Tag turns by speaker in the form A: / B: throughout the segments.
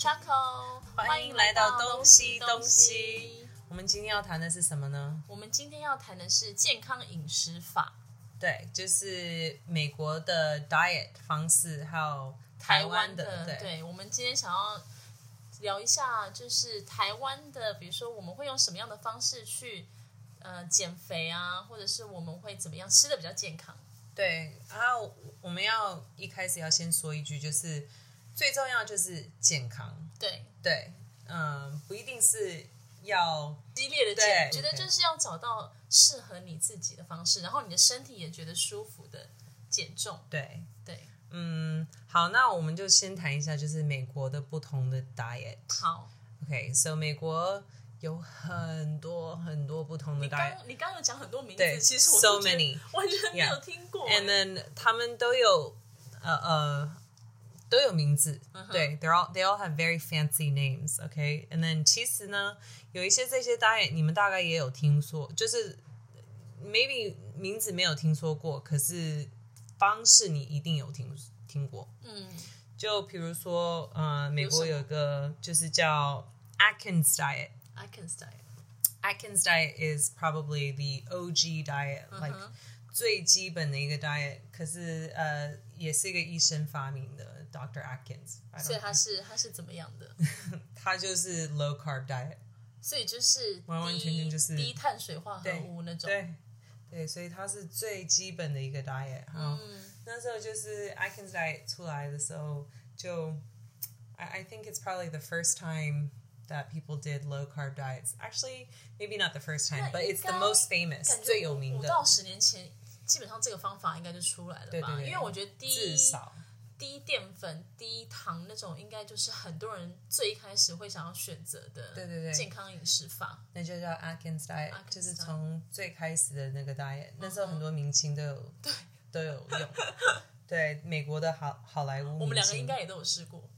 A: Hello，
B: 欢迎来到东西东西。我们今天要谈的是什么呢？
A: 我们今天要谈的是健康饮食法，
B: 对，就是美国的 diet 方式，还有
A: 台
B: 湾
A: 湾的。
B: 对，
A: 我们今天想要聊一下，就是台湾的，比如说我们会用什么样的方式去呃减肥啊，或者是我们会怎么样吃的比较健康？
B: 对，然后我们要一开始要先说一句，就是最重要就是健康。
A: 对，
B: 对，嗯，不一定是要
A: 激烈的
B: 对
A: 减，觉得
B: 对
A: 就是要找到适合你自己的方式，然后你的身体也觉得舒服的减重。
B: 对，
A: 对，
B: 嗯，好，那我们就先谈一下，就是美国的不同的 diet。
A: 好。
B: OK，so、美国有很多很多不同的
A: 你
B: diet，
A: 刚你刚刚有讲很多名
B: 对
A: 字，其实我
B: ，so
A: 都觉得
B: many
A: 完全没有
B: Yeah.
A: 听过。
B: and then 他们都有呃呃都有名字
A: Uh-huh。
B: 对，they're all they all have very fancy names。OK，and、then 其实呢，有一些这些 diet 你们大概也有听说，就是 maybe 名字没有听说过，可是方式你一定有听听过。
A: 嗯，
B: 就比如说，呃，美国
A: 有什么
B: 有一个就是叫 Atkins diet。
A: I can style。
B: Atkins diet is probably the OG diet, like
A: Mm-hmm.
B: 最基本的一个 diet。可是呃，也是一个医生发明的，Dr. Atkins。
A: 所以它是它是怎么样的？
B: 他就是 low carb diet。
A: 所以就是
B: 完完全全就是
A: 低低碳水化合
B: 对
A: 物那种。
B: 对对，所以它是最基本的一个 diet。嗯，
A: 嗯，
B: 那时候就是 Atkins diet 出来的时候，就 I I think it's probably the first time. That people did low carb diets. Actually, maybe not the first time,
A: 那
B: but it's the
A: 应该
B: most famous.
A: 感
B: 最
A: 觉
B: 有名
A: 五
B: 的，
A: 到十年前，基本上这个方法应该就出来了吧？
B: 对对对
A: 因为我觉得低
B: 至少
A: 低淀粉、低糖那种，应该就是很多人最一开始会想要选择的，
B: 对对对
A: 健康饮食法。
B: 那就叫 Atkins diet，
A: Atkins
B: 就是从最开始的那个 diet，那时候很多明星都有 都有用。对，美国的好好莱坞明星，
A: 我们两个应该也都有试过，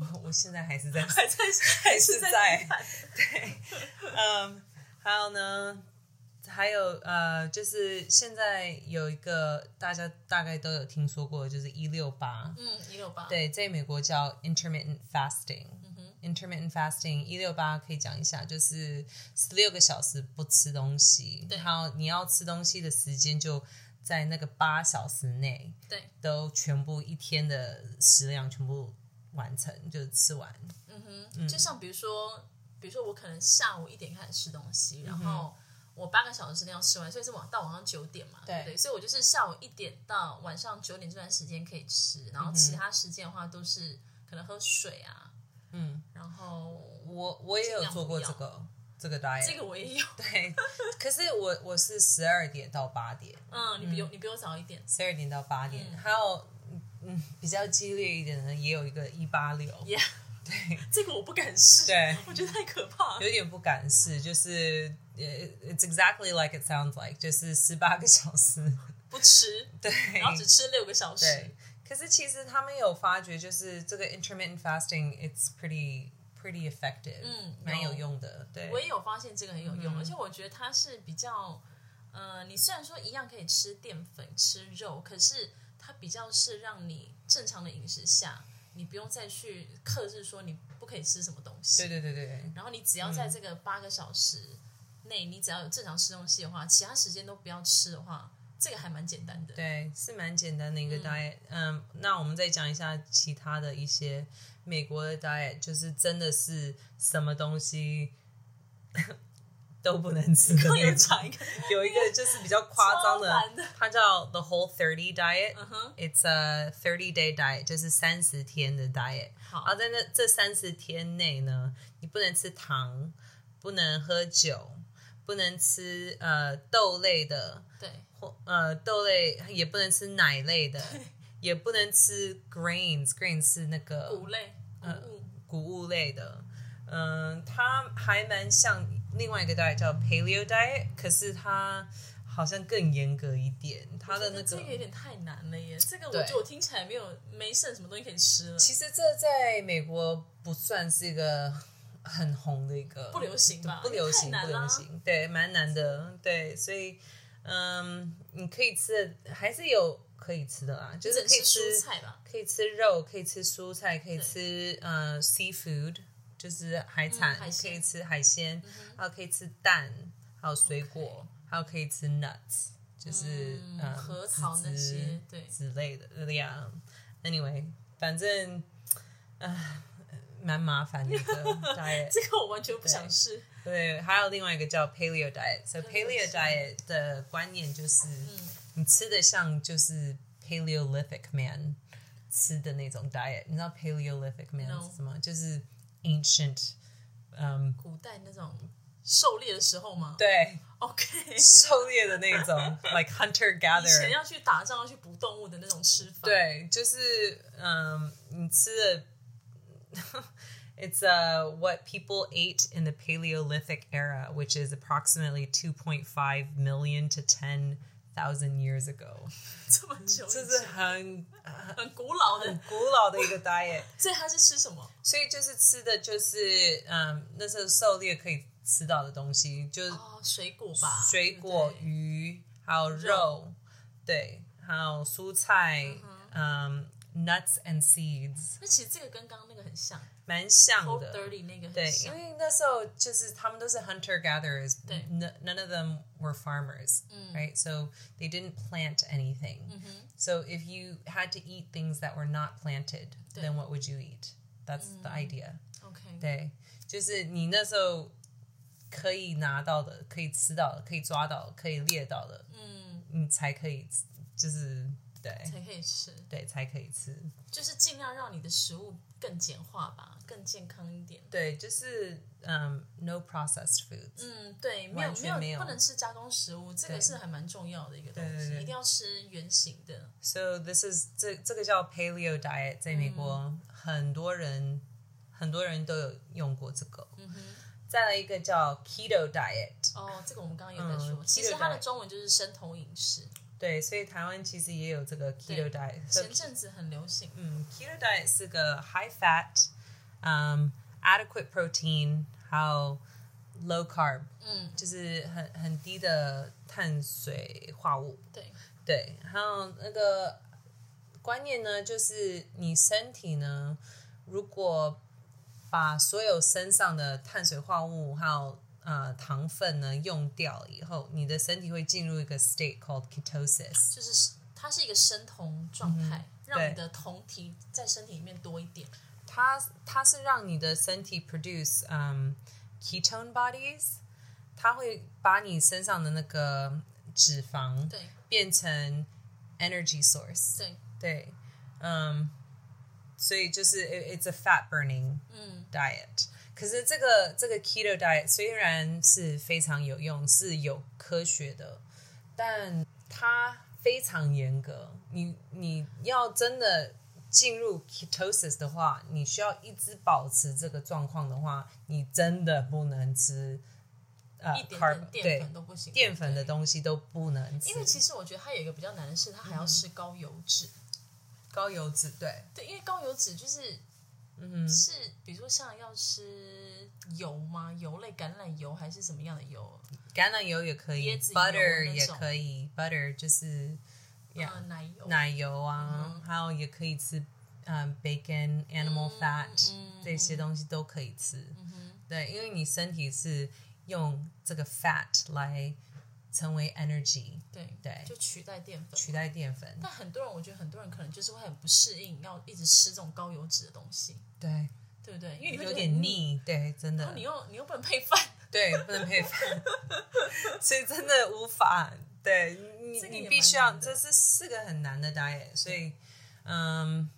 B: 我我现在还是在，
A: 还在还
B: 是
A: 是
B: 在
A: 低碳
B: 嗯，还有呢，还有呃，就是现在有一个大家大概都有听说过的，就是一六八，
A: 嗯，也有吧？，
B: 对，在美国叫 intermittent fasting。intermittent
A: 嗯
B: fasting 一六八可以讲一下，就是十六个小时不吃东西，
A: 对
B: 然后你要吃东西的时间就在那个八小时内
A: 对，
B: 都全部一天的食量全部完成，就是吃完。嗯
A: 就像比如说，比如说我可能下午一点开始吃东西，
B: 嗯
A: 然后我八个小时之内要吃完，所以是晚到晚上九点嘛，
B: 对
A: 对不对？所以我就是下午一点到晚上九点这段时间可以吃，然后其他时间的话都是可能喝水啊，
B: 嗯，
A: 然后
B: 我我也有做过这个这个 diet，
A: 这个我也有，
B: 对，可是我我是十二点到八点，
A: 嗯，你比我你比我早一点，
B: 十二点到八点，还有嗯比较激烈一点的也有一个一八六，
A: 耶、
B: 对
A: 这个我不敢试，
B: 对。
A: 我觉得太可怕了。
B: 有点不敢试，就是呃，it's exactly like it sounds like，就是十八个小时，
A: 不吃，
B: 对，
A: 然后只吃六个小时，
B: 对。可是其实他们有发觉，就是这个 intermittent fasting，it's pretty pretty effective，
A: 嗯
B: 蛮
A: 有
B: 有用的，对，
A: 我也有发现这个很有用，而且
B: 嗯
A: 我觉得它是比较，呃，你虽然说一样可以吃淀粉、吃肉，可是它比较是让你正常的饮食下，你不用再去克制说你不可以吃什么东
B: 对
A: 西。
B: 对嗯对对对
A: 然后你只要在这个八个小时内，你只要有正常吃东西的话，其他时间都不要吃的话，这个还蛮简单的。
B: 对，是蛮简单的一个 diet。嗯那我们再讲一下其他的一些美国的 diet，就是真的是什么东西 都不能吃的
A: 我
B: 那
A: 有
B: 种。
A: 讲一个，
B: 有一个就是比较夸张的
A: 超烦的，
B: 它叫 The Whole Thirty Diet。
A: 嗯哼，
B: It's a thirty day diet，就是三十天的 diet。
A: 好
B: 然后在那这三十天内呢，你不能吃糖，不能喝酒，不能吃呃豆类的，
A: 对，
B: 或呃豆类也不能吃奶类的，也不能吃 grains。grains 是那个
A: 谷类，谷
B: 呃
A: 物，
B: 谷物类的，嗯，它还蛮像另外一个 diet 叫 Paleo diet，可是它好像更严格一点，它的那
A: 这个
B: 个。
A: 有点太难了耶，这个我
B: 对
A: 觉得我听起来没有没剩什么东西可以吃了。
B: 其实这在美国不算是一个很红的一个，
A: 不流行吧
B: 不流行，
A: 太
B: 不
A: 难啦
B: 流行，对，蛮难的，对，所以，嗯，你可以吃的还是有可以吃的啦，就是
A: 只
B: 可以
A: 能
B: 吃
A: 蔬菜吧。
B: 可以吃肉，可以吃蔬菜，可以吃呃 seafood，就是海产，
A: 嗯海
B: 可
A: 鲜嗯
B: 以吃海鲜，还有可以吃蛋，还有水果还有可以吃 nuts，就是、
A: 嗯
B: 呃
A: 核桃
B: 籽
A: 那
B: 汁
A: 些对
B: 之类的。对呀，anyway，反正唉，蛮麻烦的 一个 diet。
A: 这个我完全不想试。
B: 对，还有另外一个叫 paleo diet。所以
A: 这个
B: paleo
A: 是
B: diet 的观念就是，你吃的像就是 paleolithic man 吃的那种 diet。你知道 paleolithic man
A: No
B: 是什么？就是 ancient，嗯，um,
A: 古代那种狩猎的时候吗？
B: 对，
A: ，OK，
B: 狩猎的那种，like hunter
A: 以前
B: gatherer。
A: 要去打仗要去捕动物的那种吃法。，
B: 对，就是嗯，你吃的。It's uh, what people ate in the Paleolithic era, which is approximately 2.5 million to 10,000 years ago.
A: 这么久以前，
B: 这是很
A: 很古老的。
B: 古老的一个 diet，
A: 所以他是吃什么？
B: 所以就是吃的就是嗯，那时候狩猎可以吃到的东西，就是
A: 哦，水果吧，
B: 水果、
A: 对
B: 鱼，还有肉
A: 肉，
B: 对，还有蔬菜，嗯，nuts and seeds，
A: 那其实这个跟刚刚那个很像
B: 蛮像
A: ，Cold
B: 的。
A: Dirty 那个
B: 对因
A: 很，像。
B: 为那时候就是他们都是 hunter gatherers，
A: 对
B: n- none of them were farmers, right? So they didn't plant anything.
A: Mm. 嗯
B: So if you had to eat things that were not planted,
A: 对。Mm.
B: then what would you eat? That's the idea.
A: OK，
B: 对，就是你那时候可以拿到的、可以吃到的、可以抓到的、可以猎到的，
A: 嗯，
B: 你才可以吃，就是对
A: 才可以吃，
B: 对才可以吃。
A: 就是尽量让你的食物更简化吧，更健康一点。
B: 对，就是嗯、n o processed foods。
A: 嗯，对，没有
B: 完全
A: 没
B: 没有
A: 不能吃加工食物，这
B: 对
A: 个是还蛮重要的一个东
B: 对
A: 西，
B: 对对
A: 一定要吃原形的。
B: So this is 这这个叫 Paleo diet，在美国、很多人很多人都有用过这个。
A: 嗯哼，
B: 再来一个叫 Keto diet，
A: 哦，这个我们刚刚有在
B: 嗯
A: 说，其实
B: keto
A: 它的
B: diet
A: 中文就是生酮饮食，
B: 对，所以台湾其实也有这个 Keto
A: 对
B: diet。So
A: 前阵子很流行。
B: 嗯，keto diet 是个 high fat, um, adequate protein，还有 low carb，
A: 嗯，
B: 就是很很低的碳水化物。
A: 对，
B: 对，还有那个观念呢，就是你身体呢，如果把所有身上的碳水化物还有呃糖分呢用掉以后，你的身体会进入一个 state called ketosis。
A: 就是它是一个生酮状态，让
B: 嗯对
A: 你的酮体在身体里面多一点。
B: 它它是让你的身体 produce 嗯、ketone bodies，它会把你身上的那个脂肪
A: 对
B: 变成 energy source。
A: 对，
B: 对，嗯，所以就是 it, it's a fat burning
A: 嗯
B: diet。可是这个这个 keto diet 虽然是非常有用，是有科学的，但它非常严格。你你要真的进入 ketosis 的话，你需要一直保持这个状况的话，你真的不能吃呃
A: 一点
B: carb
A: 点淀
B: 对
A: 粉都不行，
B: 淀粉的
A: 对。
B: 东西都不能吃，
A: 因为其实我觉得它有一个比较难的是，它
B: 嗯
A: 还要吃高油脂。
B: 高油脂对
A: 对，因为高油脂就是，嗯，是比如说像要吃油吗？油类橄榄油还是什么样的油？
B: 橄榄油也可以
A: 椰子油
B: ，butter
A: 那
B: 也
A: 种
B: 可以，butter 就是呀
A: 呃，奶油。
B: 奶油啊，还有也可以吃，嗯，bacon、animal fat、
A: 嗯嗯
B: 这些东西都可以吃。对，因为你身体是用这个 fat 来成为 energy，
A: 对
B: 对
A: 就取代淀粉。
B: 取代淀粉。
A: 但很多人，我觉得很多人可能就是会很不适应，要一直吃这种高油脂的东西，
B: 对，
A: 对不对？因为你会
B: 有
A: 觉得
B: 点
A: 很，
B: 腻，对，真
A: 然后
B: 的
A: 你，又你又不能配饭，
B: 对，不能配饭， 所以真的无法。对你，
A: 这个
B: 你
A: 也蛮
B: 必须要，
A: 难的
B: 这是是个很难的 diet，所以，嗯，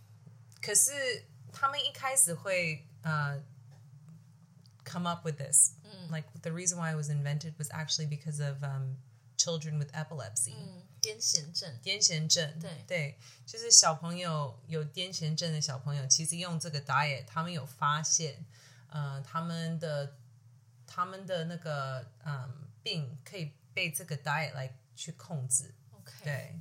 B: 可是他们一开始会呃 come up with this
A: 嗯
B: like the reason why it was invented was actually because of um, children with epilepsy.
A: 嗯，癫痫症，
B: 癫痫症，
A: 对。
B: 对，就是小朋友有癫痫症的小朋友，其实用这个 diet，他们有发现，呃，他们的他们的那个嗯、um, 嗯病可以被这个 diet 来去控制。
A: OK，
B: 对，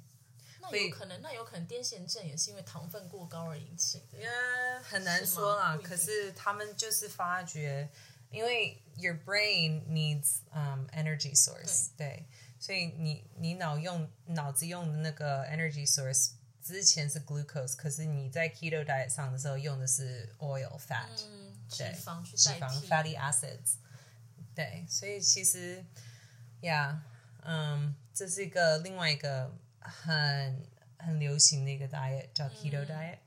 A: 那
B: 会
A: 有可能，那有可能癫痫症也是因为糖分过高而引起的。
B: 呃，很难
A: 是吗
B: 说啦。
A: 不一定
B: 可是他们就是发觉，因为 your brain needs um energy source，对，所以你你脑用脑子用的那个 energy source 之前是 glucose，可是你在 keto diet 上的时候用的是 oil fat，、
A: 嗯，脂
B: 对
A: 肪去
B: 脂
A: 代
B: 肪
A: 替
B: fatty acids。对，所以其实，yeah，嗯，这是一个另外一个很很流行的一个 diet 叫 keto diet。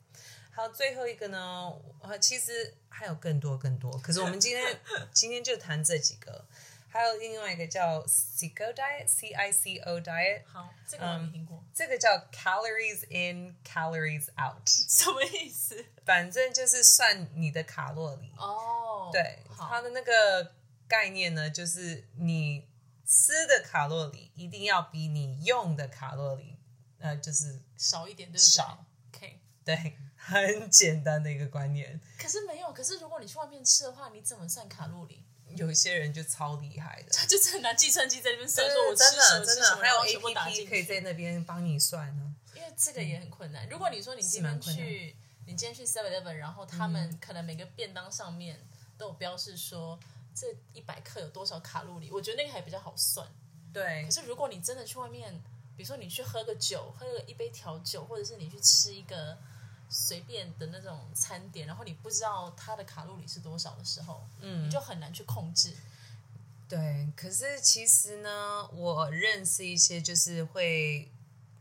B: 还有最后一个呢，呃，其实还有更多更多，可是我们今天今天就谈这几个。还有另外一个叫 CICO diet，C I C O diet，
A: 好，这个我
B: 嗯
A: 没听过，
B: 这个叫 calories in calories out，
A: 什么意思？
B: 反正就是算你的卡路里。
A: 哦，
B: 对，它
A: 好，
B: 的那个概念呢，就是你吃的卡路里一定要比你用的卡路里，呃，就是
A: 少一点，对不对？
B: 少。
A: OK，
B: 对，很简单的一个观念。
A: 可是没有，可是如果你去外面吃的话，你怎么算卡路里？
B: 有一些人就超厉害的，
A: 他就只能拿计算机在那边算，说我吃
B: 真
A: 什
B: 的
A: 么
B: 真
A: 吃什
B: 的，
A: 么，
B: 还有
A: 然后全部打
B: APP
A: 进
B: 可以
A: 去。
B: 在那边帮你算呢、
A: 因为这个也很困难。如果你说你
B: 是
A: 今
B: 蛮
A: 天
B: 困难嗯
A: 去，你今天去 Seven Eleven，然后他们可能每个便当上面都有标示说这一百克有多少卡路里，我觉得那个还比较好算。
B: 对
A: 可，是如果你真的去外面，比如说你去喝个酒，喝了一杯调酒，或者是你去吃一个随便的那种餐点，然后你不知道它的卡路里是多少的时候，
B: 嗯
A: 你就很难去控制。
B: 对，可是其实呢，我认识一些就是会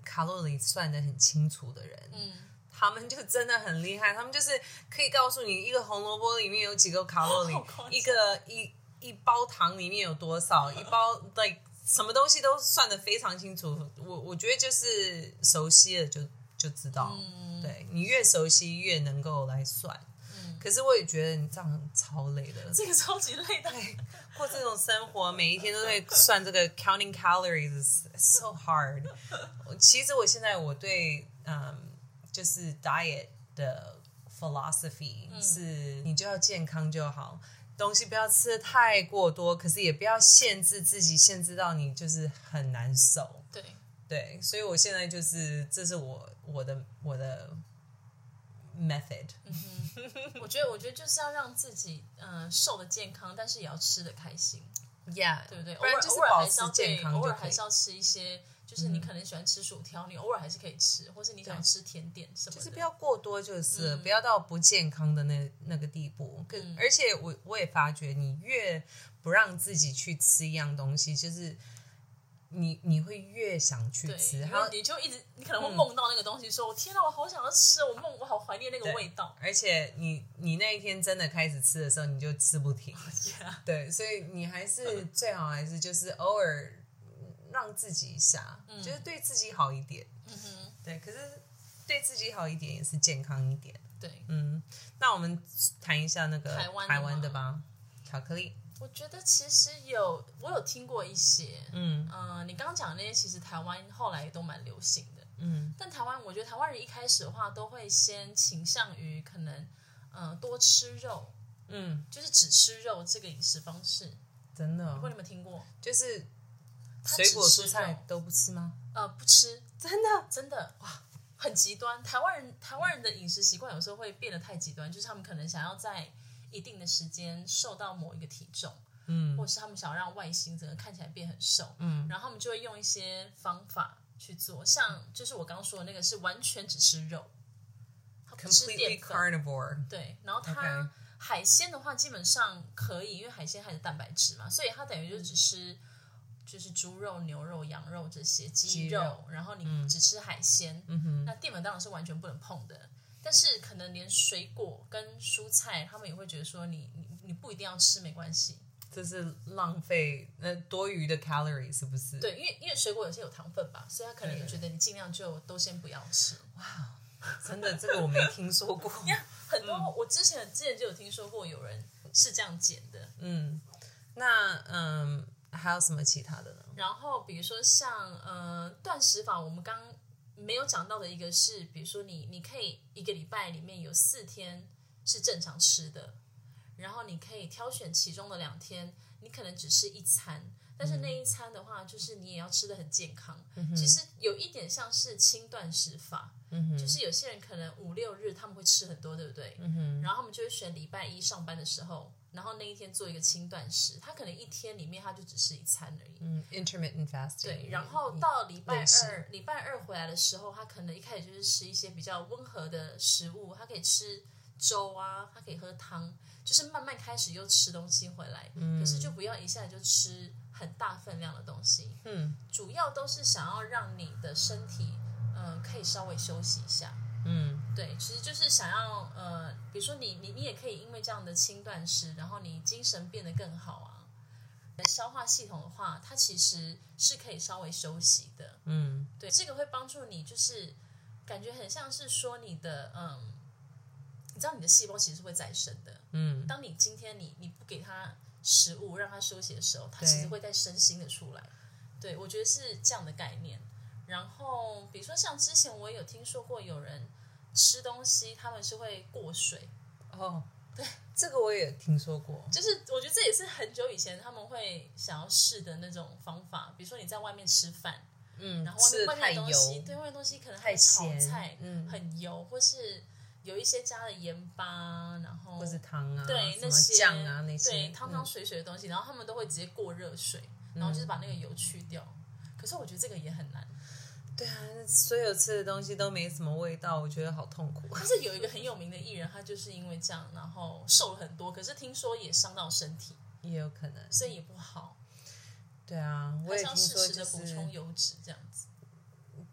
B: 卡路里算的很清楚的人，
A: 嗯，
B: 他们就真的很厉害，他们就是可以告诉你一个红萝卜里面有几个卡路里
A: 好夸，张
B: 一个一一包糖里面有多少，一包 like 什么东西都算的非常清楚。我我觉得就是熟悉了就就知道，
A: 嗯
B: 对你越熟悉越能够来算。
A: 嗯
B: 可是我也觉得你这样超累的，
A: 这个超级 累的。
B: 过这种生活，每一天都在算这个 counting calories is so hard。我 其实我现在我对嗯，就是 diet 的 philosophy 是，你就要健康就好，东西不要吃的太过多，可是也不要限制自己，限制到你就是很难受。
A: 对，
B: 对，所以我现在就是，这是我我的我的 method。
A: 我觉得，我觉得就是要让自己嗯、呃瘦的健康，但是也要吃的开心，
B: Yeah，
A: 对不对？
B: 不然
A: 偶尔
B: 就是
A: 偶尔
B: 保
A: 还是
B: 持
A: 要对
B: 健康
A: 偶
B: 就
A: 尔
B: 可
A: 还
B: 以嗯
A: 是。要吃一些，就是你可能喜欢吃薯条，你偶尔还是可以吃，或是你想吃甜点什么的。
B: 就是不要过多，就是
A: 嗯
B: 了、不要到不健康的那那个地步。跟、而且我我也发觉，你越不让自己去吃一样东西，就是你你会越想去
A: 对，
B: 吃，
A: 因
B: 还有
A: 为你就一直，你可能会梦到那个东西，说：“我天哪，我好想要吃，我梦，我好怀念那个
B: 对
A: 味道。
B: 而且你你那一天真的开始吃的时候，你就吃不 停。
A: Yeah，
B: 对，所以你还是
A: 嗯
B: 最好还是就是偶尔让自己一下，就是对自己好一点。
A: 嗯哼，
B: 对，可是对自己好一点也是健康一点。
A: 对，
B: 嗯，那我们谈一下那个
A: 台湾的吗
B: 台湾的吧，巧克力。
A: 我觉得其实有，我有听过一些，
B: 嗯
A: 嗯、你刚刚讲的那些，其实台湾后来都蛮流行的。
B: 嗯
A: 但台湾，我觉得台湾人一开始的话，都会先倾向于可能，嗯、多吃肉，
B: 嗯，
A: 就是只吃肉这个饮食方式。
B: 真的
A: 不
B: 哦、
A: 过你们听过？
B: 就是
A: 他
B: 水果
A: 只吃
B: 蔬菜
A: 肉
B: 都不吃吗？
A: 呃，不吃，
B: 真的？
A: 真的哇，很极端。台湾人台湾人的饮食习惯有时候会变得太极端，就是他们可能想要在一定的时间瘦到某一个体重，
B: 嗯
A: 或者是他们想要让外形整个看起来变很瘦，
B: 嗯，
A: 然后他们就会用一些方法去做，像就是我刚刚说的那个是完全只吃肉，他不吃
B: completely
A: 淀粉，
B: carnivore。
A: 对，然后它
B: OK
A: 海鲜的话基本上可以，因为海鲜含有蛋白质嘛，所以它等于就
B: 嗯
A: 只吃就是猪肉、牛肉、羊肉这些鸡
B: 鸡
A: 肉，
B: 肉
A: 然后你只吃海鲜，
B: 嗯哼，
A: 那淀粉当然是完全不能碰的。但是可能连水果跟蔬菜，他们也会觉得说你你你不一定要吃没关系，
B: 这是浪费呃多余的 calorie 是不是？，
A: 对，因为因为水果有些有糖分吧，所以他可能也觉得你尽量就都先不要吃。
B: 真的这个我没听说 过。
A: 很多、我之前之前就有听说过有人是这样减的，
B: 嗯，那嗯还有什么其他的呢？
A: 然后比如说像呃断食法，我们刚没有讲到的一个是，比如说你你可以一个礼拜里面有四天是正常吃的，然后你可以挑选其中的两天，你可能只吃一餐，但是那一餐的话，就是你也要吃的很健康。其实有一点像是轻断食法，就是有些人可能五六日他们会吃很多，对不对？然后他们就会选礼拜一上班的时候。然后那一天做一个轻断食，他可能一天里面他就只吃一餐而已。
B: 嗯，intermittent fasting。嗯
A: 对，然后到礼拜
B: 类似
A: 二，礼拜二回来的时候，他可能一开始就是吃一些比较温和的食物，他可以吃粥啊，他可以喝汤，就是慢慢开始又吃东西回来，可是就不要一下就吃很大分量的东西，
B: 嗯
A: 主要都是想要让你的身体，嗯、可以稍微休息一下。
B: 嗯
A: 对，其实就是想要呃，比如说你你你也可以因为这样的轻断食，然后你精神变得更好啊。消化系统的话，它其实是可以稍微休息的。
B: 嗯
A: 对，这个会帮助你，就是感觉很像是说你的嗯，你知道你的细胞其实是会再生的。
B: 嗯，
A: 当你今天你你不给它食物让它休息的时候，它
B: 对
A: 其实会再生新的出来。对，我觉得是这样的概念。然后比如说像之前我也有听说过有人吃东西他们是会过水，
B: 哦，对，这个我也听说过，
A: 就是我觉得这也是很久以前他们会想要试的那种方法。比如说你在外面吃饭，
B: 嗯，
A: 然后外
B: 吃
A: 面
B: 的
A: 外
B: 太
A: 面的东西，
B: 油，
A: 对外面的东西可能还
B: 太
A: 有炒
B: 咸
A: 菜，
B: 嗯
A: 很油，或是有一些加了盐巴，然后
B: 或是汤啊，
A: 嗯对
B: 什
A: 那
B: 么
A: 些
B: 酱啊那些，
A: 对汤汤
B: 嗯
A: 水水的东西，然后他们都会直接过热水，然后就是把那个油去掉。可是我觉得这个也很难，
B: 对啊，所有吃的东西都没什么味道，我觉得好痛苦。
A: 但是有一个很有名的艺人，他就是因为这样，然后瘦了很多，可是听说也伤到身体，
B: 也有可能，
A: 所以也不好。
B: 对啊，我
A: 他
B: 也
A: 是要
B: 听
A: 适
B: 说
A: 时
B: 就
A: 的补充
B: 是，
A: 油脂这样子。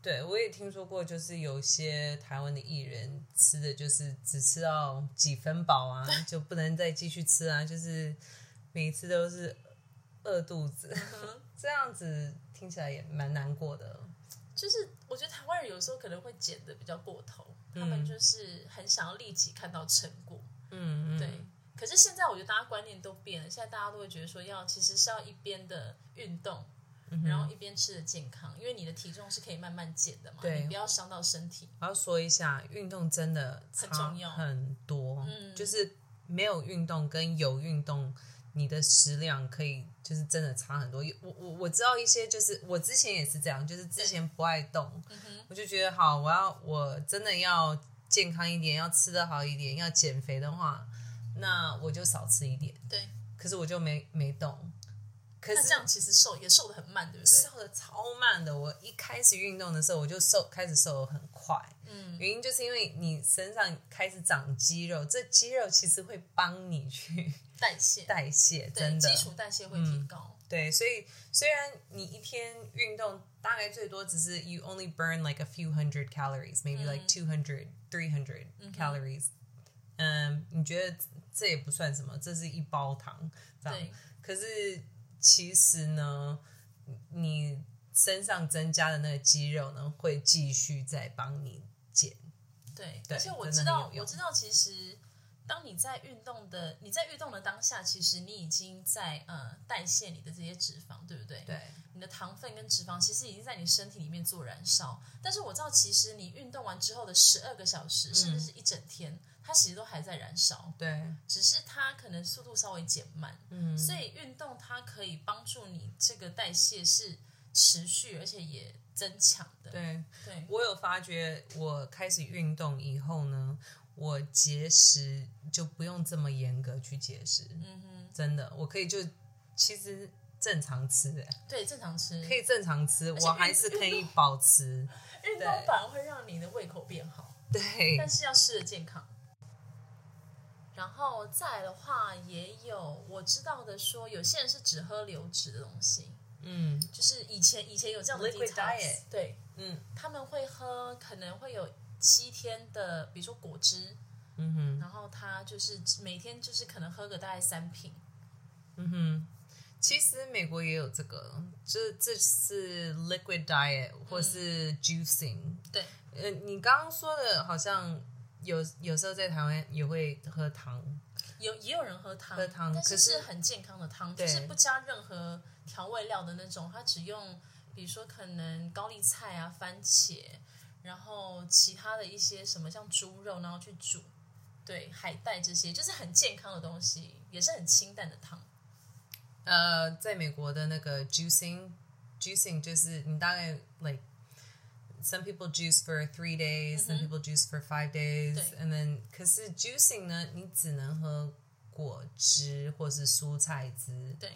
B: 对我也听说过，就是有些台湾的艺人吃的就是只吃到几分饱 啊，就不能再继续吃啊，就是每次都是饿肚子，
A: 嗯
B: 这样子听起来也蛮难过的。
A: 就是我觉得台湾人有时候可能会减的比较过头，他们就是很想要立即看到成果，
B: 嗯，嗯
A: 对。可是现在我觉得大家观念都变了，现在大家都会觉得说要其实是要一边的运动，
B: 嗯
A: 然后一边吃的健康，因为你的体重是可以慢慢减的嘛，
B: 对
A: 你不要伤到身体。
B: 我要说一下，运动真的差
A: 很重要嗯
B: 很多，就是没有运动跟有运动，你的食量可以就是真的差很多。有我我我知道一些，就是我之前也是这样，就是之前不爱动，
A: 嗯
B: 我就觉得好，我要我真的要健康一点，要吃的好一点，要减肥的话，那我就少吃一点。
A: 对，
B: 可是我就没没动，可
A: 那
B: 是
A: 这样其实瘦也瘦的很慢，对不对？
B: 瘦的超慢的。我一开始运动的时候，我就瘦，开始瘦的很快。
A: 嗯，
B: 原因就是因为你身上开始长肌肉，这肌肉其实会帮你去
A: 代谢，
B: 代谢，
A: 对，
B: 真的嗯
A: 基。础代谢会提高。
B: 对，所以虽然你一天运动大概最多只是 you only burn like a few hundred calories, maybe like
A: 嗯
B: two hundred, three hundred calories。嗯，你觉得这也不算什么，这是一包糖这样
A: 对。
B: 可是其实呢，你身上增加的那个肌肉呢，会继续再帮你减。
A: 对，
B: 对
A: 而且我
B: 真的
A: 知
B: 很
A: 道
B: 有，用
A: 我知道，其实当你在运动的，你在运动的当下，其实你已经在呃代谢你的这些脂肪，对不对？
B: 对，
A: 你的糖分跟脂肪其实已经在你身体里面做燃烧。但是我知道，其实你运动完之后的十二个小时，甚
B: 嗯
A: 至是一整天，它其实都还在燃烧，
B: 对。
A: 只是它可能速度稍微减慢。嗯，所以运动它可以帮助你这个代谢是持续，而且也增强的。
B: 对
A: 对
B: 我有发觉，我开始运动以后呢，我节食就不用这么严格去节食，
A: 嗯哼，
B: 真的，我可以就其实正常吃、欸，
A: 对，正常吃
B: 可以正常吃，
A: 且
B: 我还是可以保持。
A: 运动反而会让你的胃口变好，
B: 对
A: 但，是要吃的健康。然后再来的话，也有我知道的说，有些人是只喝流质的东西，
B: 嗯
A: 就是以前以前有这样的
B: Liquid
A: detox，
B: diet
A: 对，
B: 嗯
A: 他们会喝，可能会有七天的，比如说果汁，
B: 嗯哼
A: 然后他就是每天就是可能喝个大概三瓶，
B: 嗯哼。其实美国也有这个，这这是 liquid diet 或是 juicing，、
A: 对，
B: 呃，你刚刚说的好像有有时候在台湾也会喝汤，
A: 有也有人喝汤，
B: 喝汤
A: 但
B: 可
A: 是
B: 是
A: 是很健康的汤，
B: 对
A: 就是不加任何调味料的那种，它只用比如说可能高丽菜啊、番茄，然后其他的一些什么像猪肉，然后去煮，对，海带这些，就是很健康的东西，也是很清淡的汤。
B: 呃，在美国的那个 juicing juicing 就是你大概 like some people juice for three days, some people juice for five days,
A: 嗯对
B: and then 可是 juicing 呢，你只能喝果汁或是蔬菜汁，
A: 对，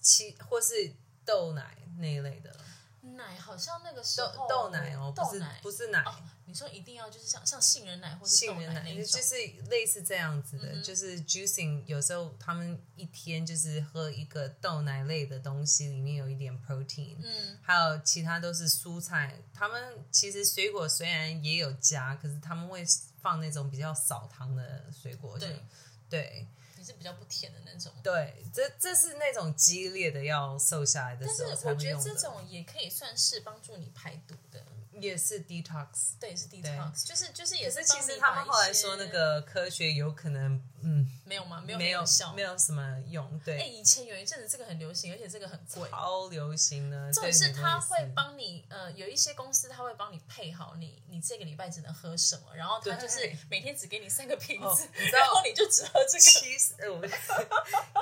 B: 其或是豆奶那一类的。
A: 奶好像那个时
B: 豆
A: 候
B: 豆奶哦，不
A: 豆
B: 是
A: 奶
B: 不是奶，
A: 哦，你说一定要就是像像杏仁奶或是豆
B: 杏仁
A: 奶那
B: 奶，
A: 一
B: 就
A: 种，
B: 是类似这样子的，
A: 嗯哼
B: 就是 juicing。有时候他们一天就是喝一个豆奶类的东西，里面有一点 protein，
A: 嗯
B: 还有其他都是蔬菜。他们其实水果虽然也有加，可是他们会放那种比较少糖的水果。
A: 对
B: 就对
A: 你是比较不甜的那种。
B: 对，这这是那种激烈的要瘦下来的
A: 但
B: 时
A: 是
B: 候才
A: 我
B: 会
A: 觉得
B: 用
A: 这
B: 的，
A: 种也可以算是帮助你排毒的，
B: 也是 detox。
A: 对，是 detox，就是就是也
B: 可是
A: 帮
B: 其
A: 你
B: 实他
A: 把
B: 们
A: 一
B: 后来
A: 些
B: 说那个科学有可能，嗯，
A: 没有吗？没有
B: 没有
A: 效，
B: 没有什么用，对。
A: 哎、以前有一阵子这个很流行，而且这个很贵。
B: 超流行的，
A: 重
B: 对
A: 点是
B: 你们
A: 它
B: 也
A: 会帮你，呃，有一些公司它会帮你配好你，你这个礼拜只能喝什么，然后它就是
B: 对
A: 每天只给你三个瓶
B: 哦
A: 子，
B: 你知道
A: 然后你就只喝这个。
B: 其实呃我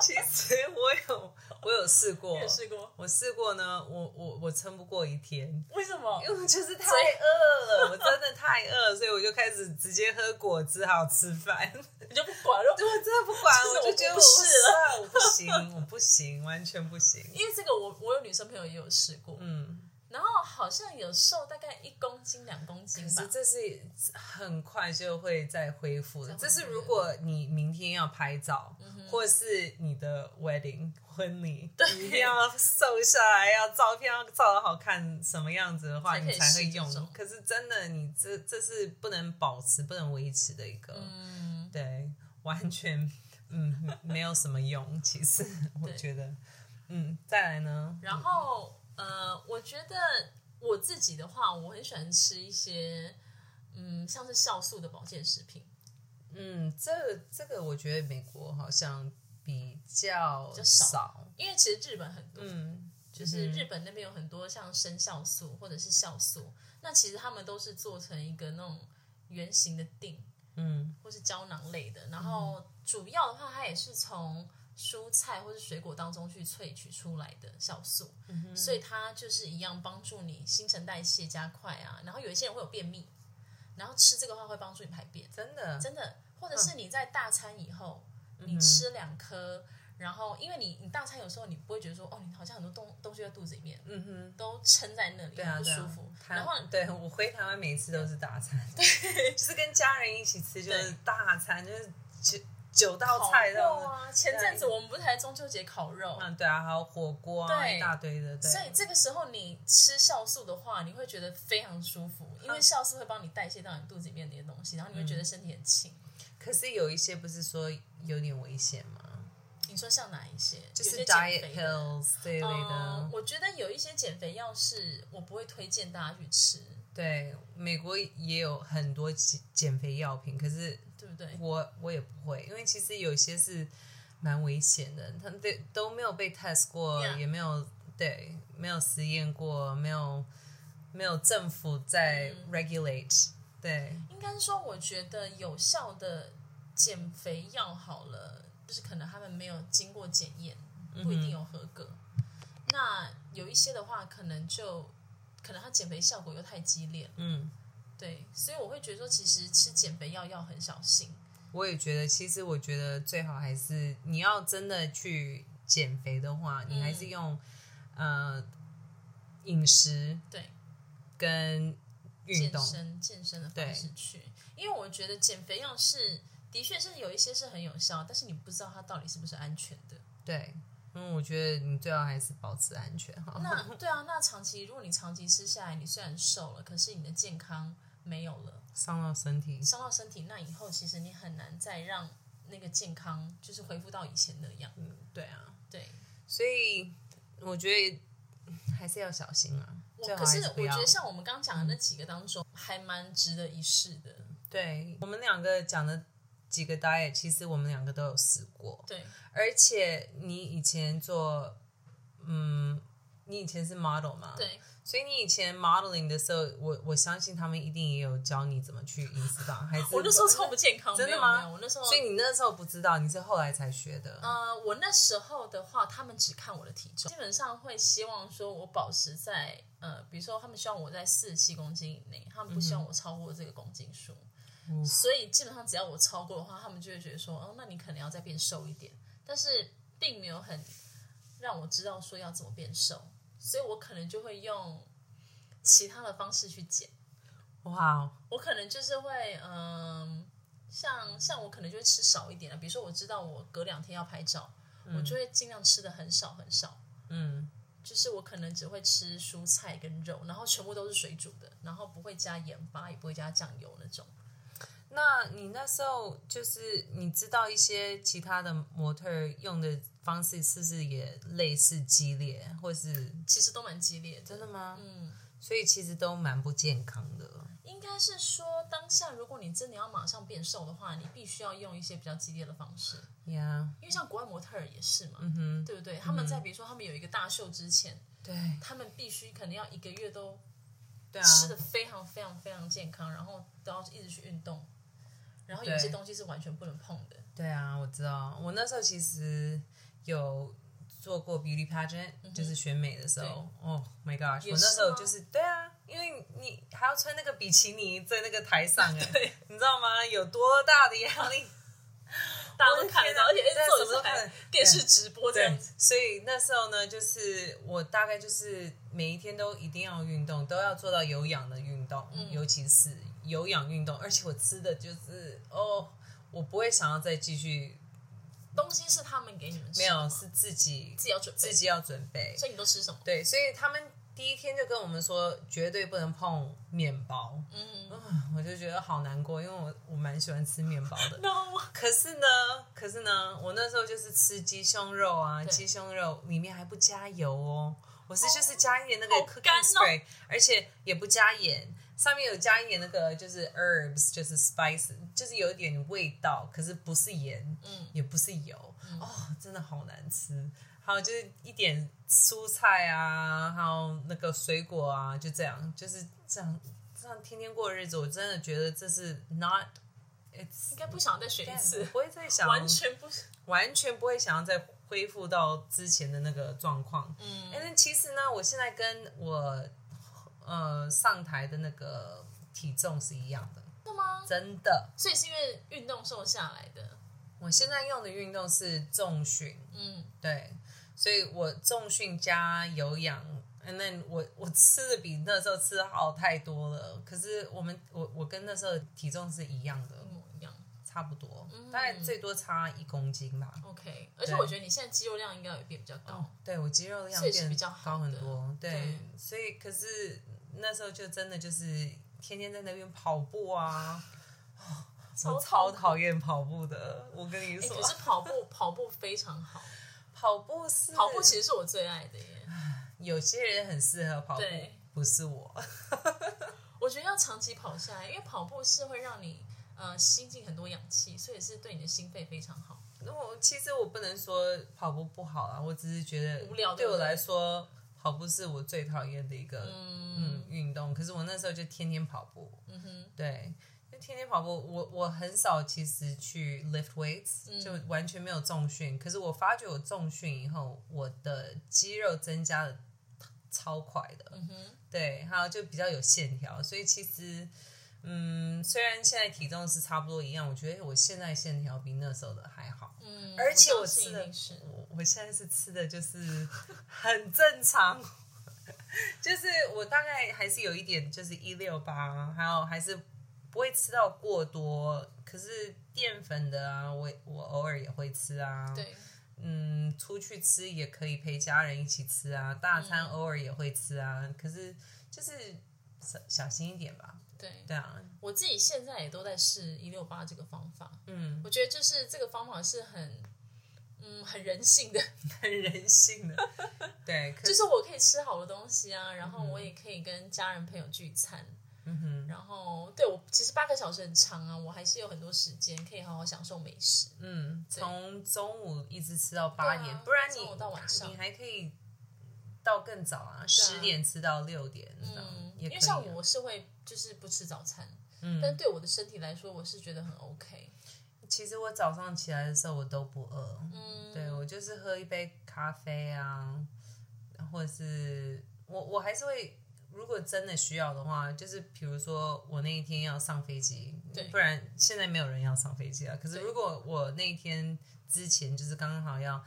B: 其实我有我有试过
A: 你也，试过？
B: 我试过呢，我我我撑不过一天。
A: 为什么？
B: 因为我就是太饿了， 我真的太饿了，所以我就开始直接喝果汁，还有吃饭。
A: 你就不管了？
B: 对，我真的不管，
A: 就是
B: 我就觉得
A: 我不是
B: 了，我不行，我不行，完全不行。
A: 因为这个我我有女生朋友也有试过，
B: 嗯，
A: 然后好像有瘦大概一公斤两公斤
B: 可
A: 吧
B: 是。这是很快就会再恢复的。
A: 再恢
B: 这
A: 复嗯
B: 是如果你明天要拍照，或是你的 wedding 婚礼，你一定要瘦下来，要照片要照的好看，什么样子的话，
A: 才可
B: 你
A: 以
B: 才会
A: 试这种
B: 用。可是真的，你这这是不能保持、不能维持的一个，
A: 嗯，
B: 对，完全嗯没有什么用。 其实我觉得，嗯，再来呢，
A: 然后呃，我觉得我自己的话，我很喜欢吃一些嗯，像是酵素的保健食品，
B: 嗯，这这个我觉得美国好像比较
A: 比较少因为其实日本很多，
B: 嗯，
A: 就是日本那边有很多像生酵素或者是酵素，那其实他们都是做成一个那种圆形的锭
B: 嗯
A: 或是胶囊类的，然后主要的话，它也是从蔬菜或是水果当中去萃取出来的酵素，
B: 嗯
A: 所以它就是一样帮助你新陈代谢加快啊。然后有一些人会有便秘，然后吃这个的话会帮助你排便，
B: 真的，
A: 真的，或者
B: 嗯
A: 是你在大餐以后，你吃两颗，然后因为你你大餐有时候你不会觉得说哦，你好像很多东东西在肚子里面
B: 嗯哼。
A: 都撑在那里，
B: 对啊，
A: 很不
B: 对啊
A: 舒服。
B: 台
A: 然后
B: 对我回台湾每一次都是大 餐，对，就是跟家人一起吃就是大餐，就是九九道
A: 烤
B: 菜这样
A: 肉
B: 子。
A: 啊，前阵子我们不是才中秋节烤肉，
B: 嗯，对啊，还有火锅啊，
A: 对
B: 一大堆的，对。
A: 所以这个时候你吃酵素的话，你会觉得非常舒服，
B: 嗯
A: 因为酵素会帮你代谢到你肚子里面那些东西，然后你会觉得身体很轻。
B: 可是有一些不是说有点危险吗？
A: 你说像哪一些？
B: 就
A: 有
B: 是
A: 些减
B: diet
A: 肥的
B: pills 这一类
A: 嗯
B: 的，，
A: 我觉得有一些减肥药是我不会推荐大家去吃，
B: 对，美国也有很多减减肥药品，可是
A: 对不对？
B: 我我也不会，因为其实有些是蛮危险的，他们对都没有被 test 过
A: Yeah.
B: 也没有对没有实验过，没有没有政府在
A: 嗯
B: regulate，、对，
A: 应该说，我觉得有效的减肥药好了，就是可能他们没有经过检验，
B: 嗯
A: 不一定有合格。那有一些的话，可能就可能它减肥效果又太激烈了。
B: 嗯，
A: 对，所以我会觉得说，其实吃减肥药要很小心。
B: 我也觉得，其实我觉得最好还是你要真的去减肥的话，你还
A: 嗯
B: 是用、呃饮食
A: 对，
B: 跟运
A: 健
B: 动，
A: 身健身的方式去，因为我觉得减肥药是的确是有一些是很有效，但是你不知道它到底是不是安全的。
B: 对，因为我觉得你最好还是保持安全哈。
A: 那对啊，那长期如果你长期吃下来，你虽然瘦了，可是你的健康没有了，
B: 伤到身体，
A: 伤到身体，那以后其实你很难再让那个健康就是恢复到以前那样。
B: 对啊。
A: 对，
B: 所以我觉得还是要小心啊。
A: 我
B: 最好
A: 可
B: 还
A: 是
B: 是
A: 我
B: 不要嗯
A: 觉得像我们刚刚讲的那几个当中，还蛮值得一试的。
B: 对我们两个讲的几个 diet，其实我们两个都有试过，
A: 对，
B: 而且你以前做，嗯，你以前是 model 嘛，，
A: 对，
B: 所以你以前 modeling 的时候，我我相信他们一定也有教你怎么去饮食法，还是
A: 我那时候超不健康，
B: 真的
A: 没有
B: 吗
A: 没有我那时候，
B: 所以你那时候不知道，你是后来才学的，
A: 呃，我那时候的话，他们只看我的体重，基本上会希望说我保持在呃，比如说他们希望我在四十七公斤以内，他们不希望我超过这个公斤数。所以基本上只要我超过的话，他们就会觉得说，哦，那你可能要再变瘦一点。但是并没有很让我知道说要怎么变瘦，所以我可能就会用其他的方式去减。
B: 哇，哦
A: 我可能就是会，嗯，像像我可能就会吃少一点了。比如说，我知道我隔两天要拍照，我就会尽量吃的很少很少。
B: 嗯，
A: 就是我可能只会吃蔬菜跟肉，然后全部都是水煮的，然后不会加盐巴，也不会加酱油那种。
B: 那你那时候就是你知道一些其他的模特儿用的方式是不是也类似激烈，或是
A: 其实都蛮激烈的，
B: 真的吗？
A: 嗯，
B: 所以其实都蛮不健康的。
A: 应该是说当下如果你真的要马上变瘦的话，你必须要用一些比较激烈的方式，
B: Yeah，
A: 因为像国外模特儿也是嘛，
B: 嗯哼，
A: 对不对？他们在比如说他们有一个大秀之前，
B: 对
A: 他们必须可能要一个月都
B: 对啊，
A: 吃的非常非常非常健康，然后都要一直去运动，然后有
B: 对
A: 些东西是完全不能碰的。
B: 对啊，我知道。我那时候其实有做过 beauty pageant，、就是选美的时候。Oh my gosh！
A: 嗯也
B: 我那时候
A: 是吗
B: 就是对啊，因为你还要穿那个比基尼在那个台上、 哎，
A: 对，
B: 你知道吗？有多大的压 力？
A: 大家都看得到，
B: 我
A: 而
B: 的
A: 且
B: 天哪啊对
A: 做
B: 什么都
A: 的是
B: 看得
A: 还
B: 到
A: 电视直播这样
B: 对
A: 子。，
B: 所以那时候呢，就是我大概就是每一天都一定要运动，都要做到有氧的运动，
A: 嗯
B: 尤其是有氧运动。而且我吃的就是哦，我不会想要再继续，
A: 东西是他们给你们吃
B: 没
A: 的吗，
B: 有是自己
A: 自己要准备。
B: 自己要准备。
A: 所以你都吃什么？
B: 对，所以他们第一天就跟我们说绝对不能碰面包，
A: 嗯
B: 啊我就觉得好难过，因为我我蛮喜欢吃面包的。
A: ，no，
B: 可是呢，可是呢，我那时候就是吃鸡胸肉啊，
A: 对
B: 鸡胸肉里面还不加油哦，我是就是加一点那个
A: 好
B: cooking
A: 干哦
B: spray，、而且也不加盐，上面有加一点那个就是 herbs，就是 spice，就是有一点味道，可是不是盐，
A: 嗯，
B: 也不是油，哦，真的好难吃。还有就是一点蔬菜啊，还有那个水果啊，就这样，就是这样，这样天天过日子，我真的觉得这是 not。It's
A: 应该不想再选一
B: 我
A: 次，
B: 不会再想，
A: 完全不，
B: 完全不会想要再恢复到之前的那个状况。
A: 嗯
B: 但是其实呢，我现在跟我呃上台的那个体重是一样的，
A: 真的吗？
B: 真的。
A: 所以是因为运动瘦下来的，
B: 我现在用的运动是重训，
A: 嗯，
B: 对，所以我重训加有氧。And then 我我吃的比那时候吃的好太多了，可是我们我我跟那时候的体重是一样的
A: 一，模一样。
B: 差不多，大概最多差一公斤吧。
A: OK，而且我觉得你现在肌肉量应该也变比较高，
B: 对我肌肉量
A: 哦所以是
B: 变
A: 比较好
B: 高很
A: 的
B: 多，对，
A: 对
B: 所以可是那时候就真的就是天天在那边跑步啊，我超
A: 痛苦
B: 讨厌跑步的，我跟你
A: 哎
B: 说，
A: 可是跑步跑步非 常好，
B: 跑步是
A: 跑步其实是我最爱的耶。
B: 有些人很适合跑步
A: 对，
B: 不是我，
A: 我觉得要长期跑下来，因为跑步是会让你呃吸进很多氧气，所以是对你的心肺非常好。
B: 那我其实我不能说跑步不好啊，我只是觉得
A: 无聊
B: 对
A: 对不
B: 我
A: 对
B: 来说，跑步是我最讨厌的一个
A: 嗯
B: 嗯运动，可是我那时候就天天跑步，
A: 嗯哼，
B: 对，就天天跑步。我我很少其实去 lift weights，、
A: 嗯
B: 就完全没有重训。可是我发觉我重训以后，我的肌肉增加的超快的，
A: 嗯哼，
B: 对，还有就比较有线条。所以其实，嗯，虽然现在体重是差不多一样，我觉得我现在线条比那时候的还好。
A: 嗯，
B: 而且我
A: 相
B: 吃
A: 信
B: 的
A: 一定是
B: 我我现在是吃的就是 很正常，就是我大概还是有一点就是一六八，还有还是不会吃到过多，可是淀粉的啊，我我偶尔也会吃啊，，
A: 对，
B: 嗯，出去吃也可以陪家人一起吃啊，大餐偶尔也会吃啊，可是就是小小心一点吧，
A: 对
B: 对啊，
A: 我自己现在也都在试一六八这个方法，
B: 嗯，
A: 我觉得就是这个方法是很，嗯，很人性的，
B: 很人性的，对，可
A: 就是我可以吃好的东西啊，然后我也可以跟家人朋友聚餐，
B: 嗯哼，
A: 然后对我其实八个小时很长啊，我还是有很多时间可以好好享受美食。
B: 嗯，
A: 对
B: 从中午一直吃到八
A: 对
B: 点，
A: 啊
B: 不然
A: 中午
B: 你
A: 到晚上
B: 你还可以到更早啊，十、点吃到六点，这样
A: 嗯，
B: 也可以、
A: 因为
B: 啊。
A: 像我是会就是不吃早餐，
B: 嗯
A: 但对我的身体来说，我是觉得很 OK。
B: 其实我早上起来的时候我都不饿，
A: 嗯，
B: 对我就是喝一杯咖啡啊，或者是我我还是会，如果真的需要的话，就是比如说我那一天要上飞机
A: 对，
B: 不然现在没有人要上飞机啊。可是
A: 对
B: 如果我那一天之前就是刚刚好要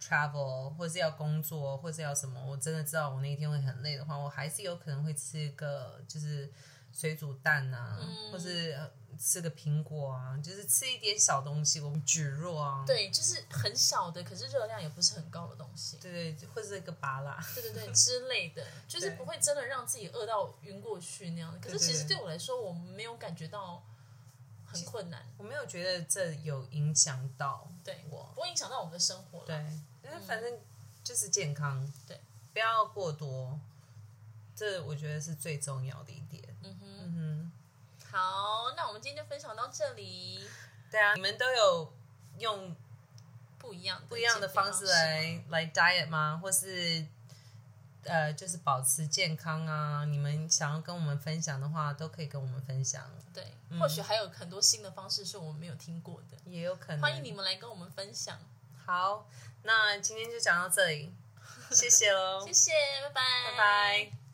B: travel 或是要工作或是要什么，我真的知道我那一天会很累的话，我还是有可能会吃个就是水煮蛋啊，
A: 嗯
B: 或是呃吃个苹果啊，就是吃一点小东西，我们举弱啊，
A: 对，就是很小的，可是热量也不是很高的东 西，
B: 对对，或是一个芭拉，
A: 对对对之类 的，就是不会真的让自己饿到晕过去那样。可
B: 对
A: 是
B: 对
A: 其实
B: 对
A: 对我来说，我没有感觉到很困难，
B: 我没有觉得这有影响到
A: 对，
B: 我，
A: 不会影响到我们的生活了。
B: 对，因为反正就是健康，
A: 对，
B: 不要过多，这我觉得是最重要的一点。
A: 嗯哼，
B: 嗯哼。
A: 好，那我们今天就分享到这里，
B: 对啊，你们都有用
A: 不一样
B: 不一样的
A: 减肥
B: 方式
A: 式吗
B: 来来 diet 吗？或是呃，就是保持健康啊？你们想要跟我们分享的话，都可以跟我们分享，
A: 对，
B: 嗯
A: 或许还有很多新的方式是我们没有听过的，
B: 也有可能。
A: 欢迎你们来跟我们分享，
B: 好，那今天就讲到这里，谢谢喽，
A: 谢谢，拜拜，
B: 拜拜。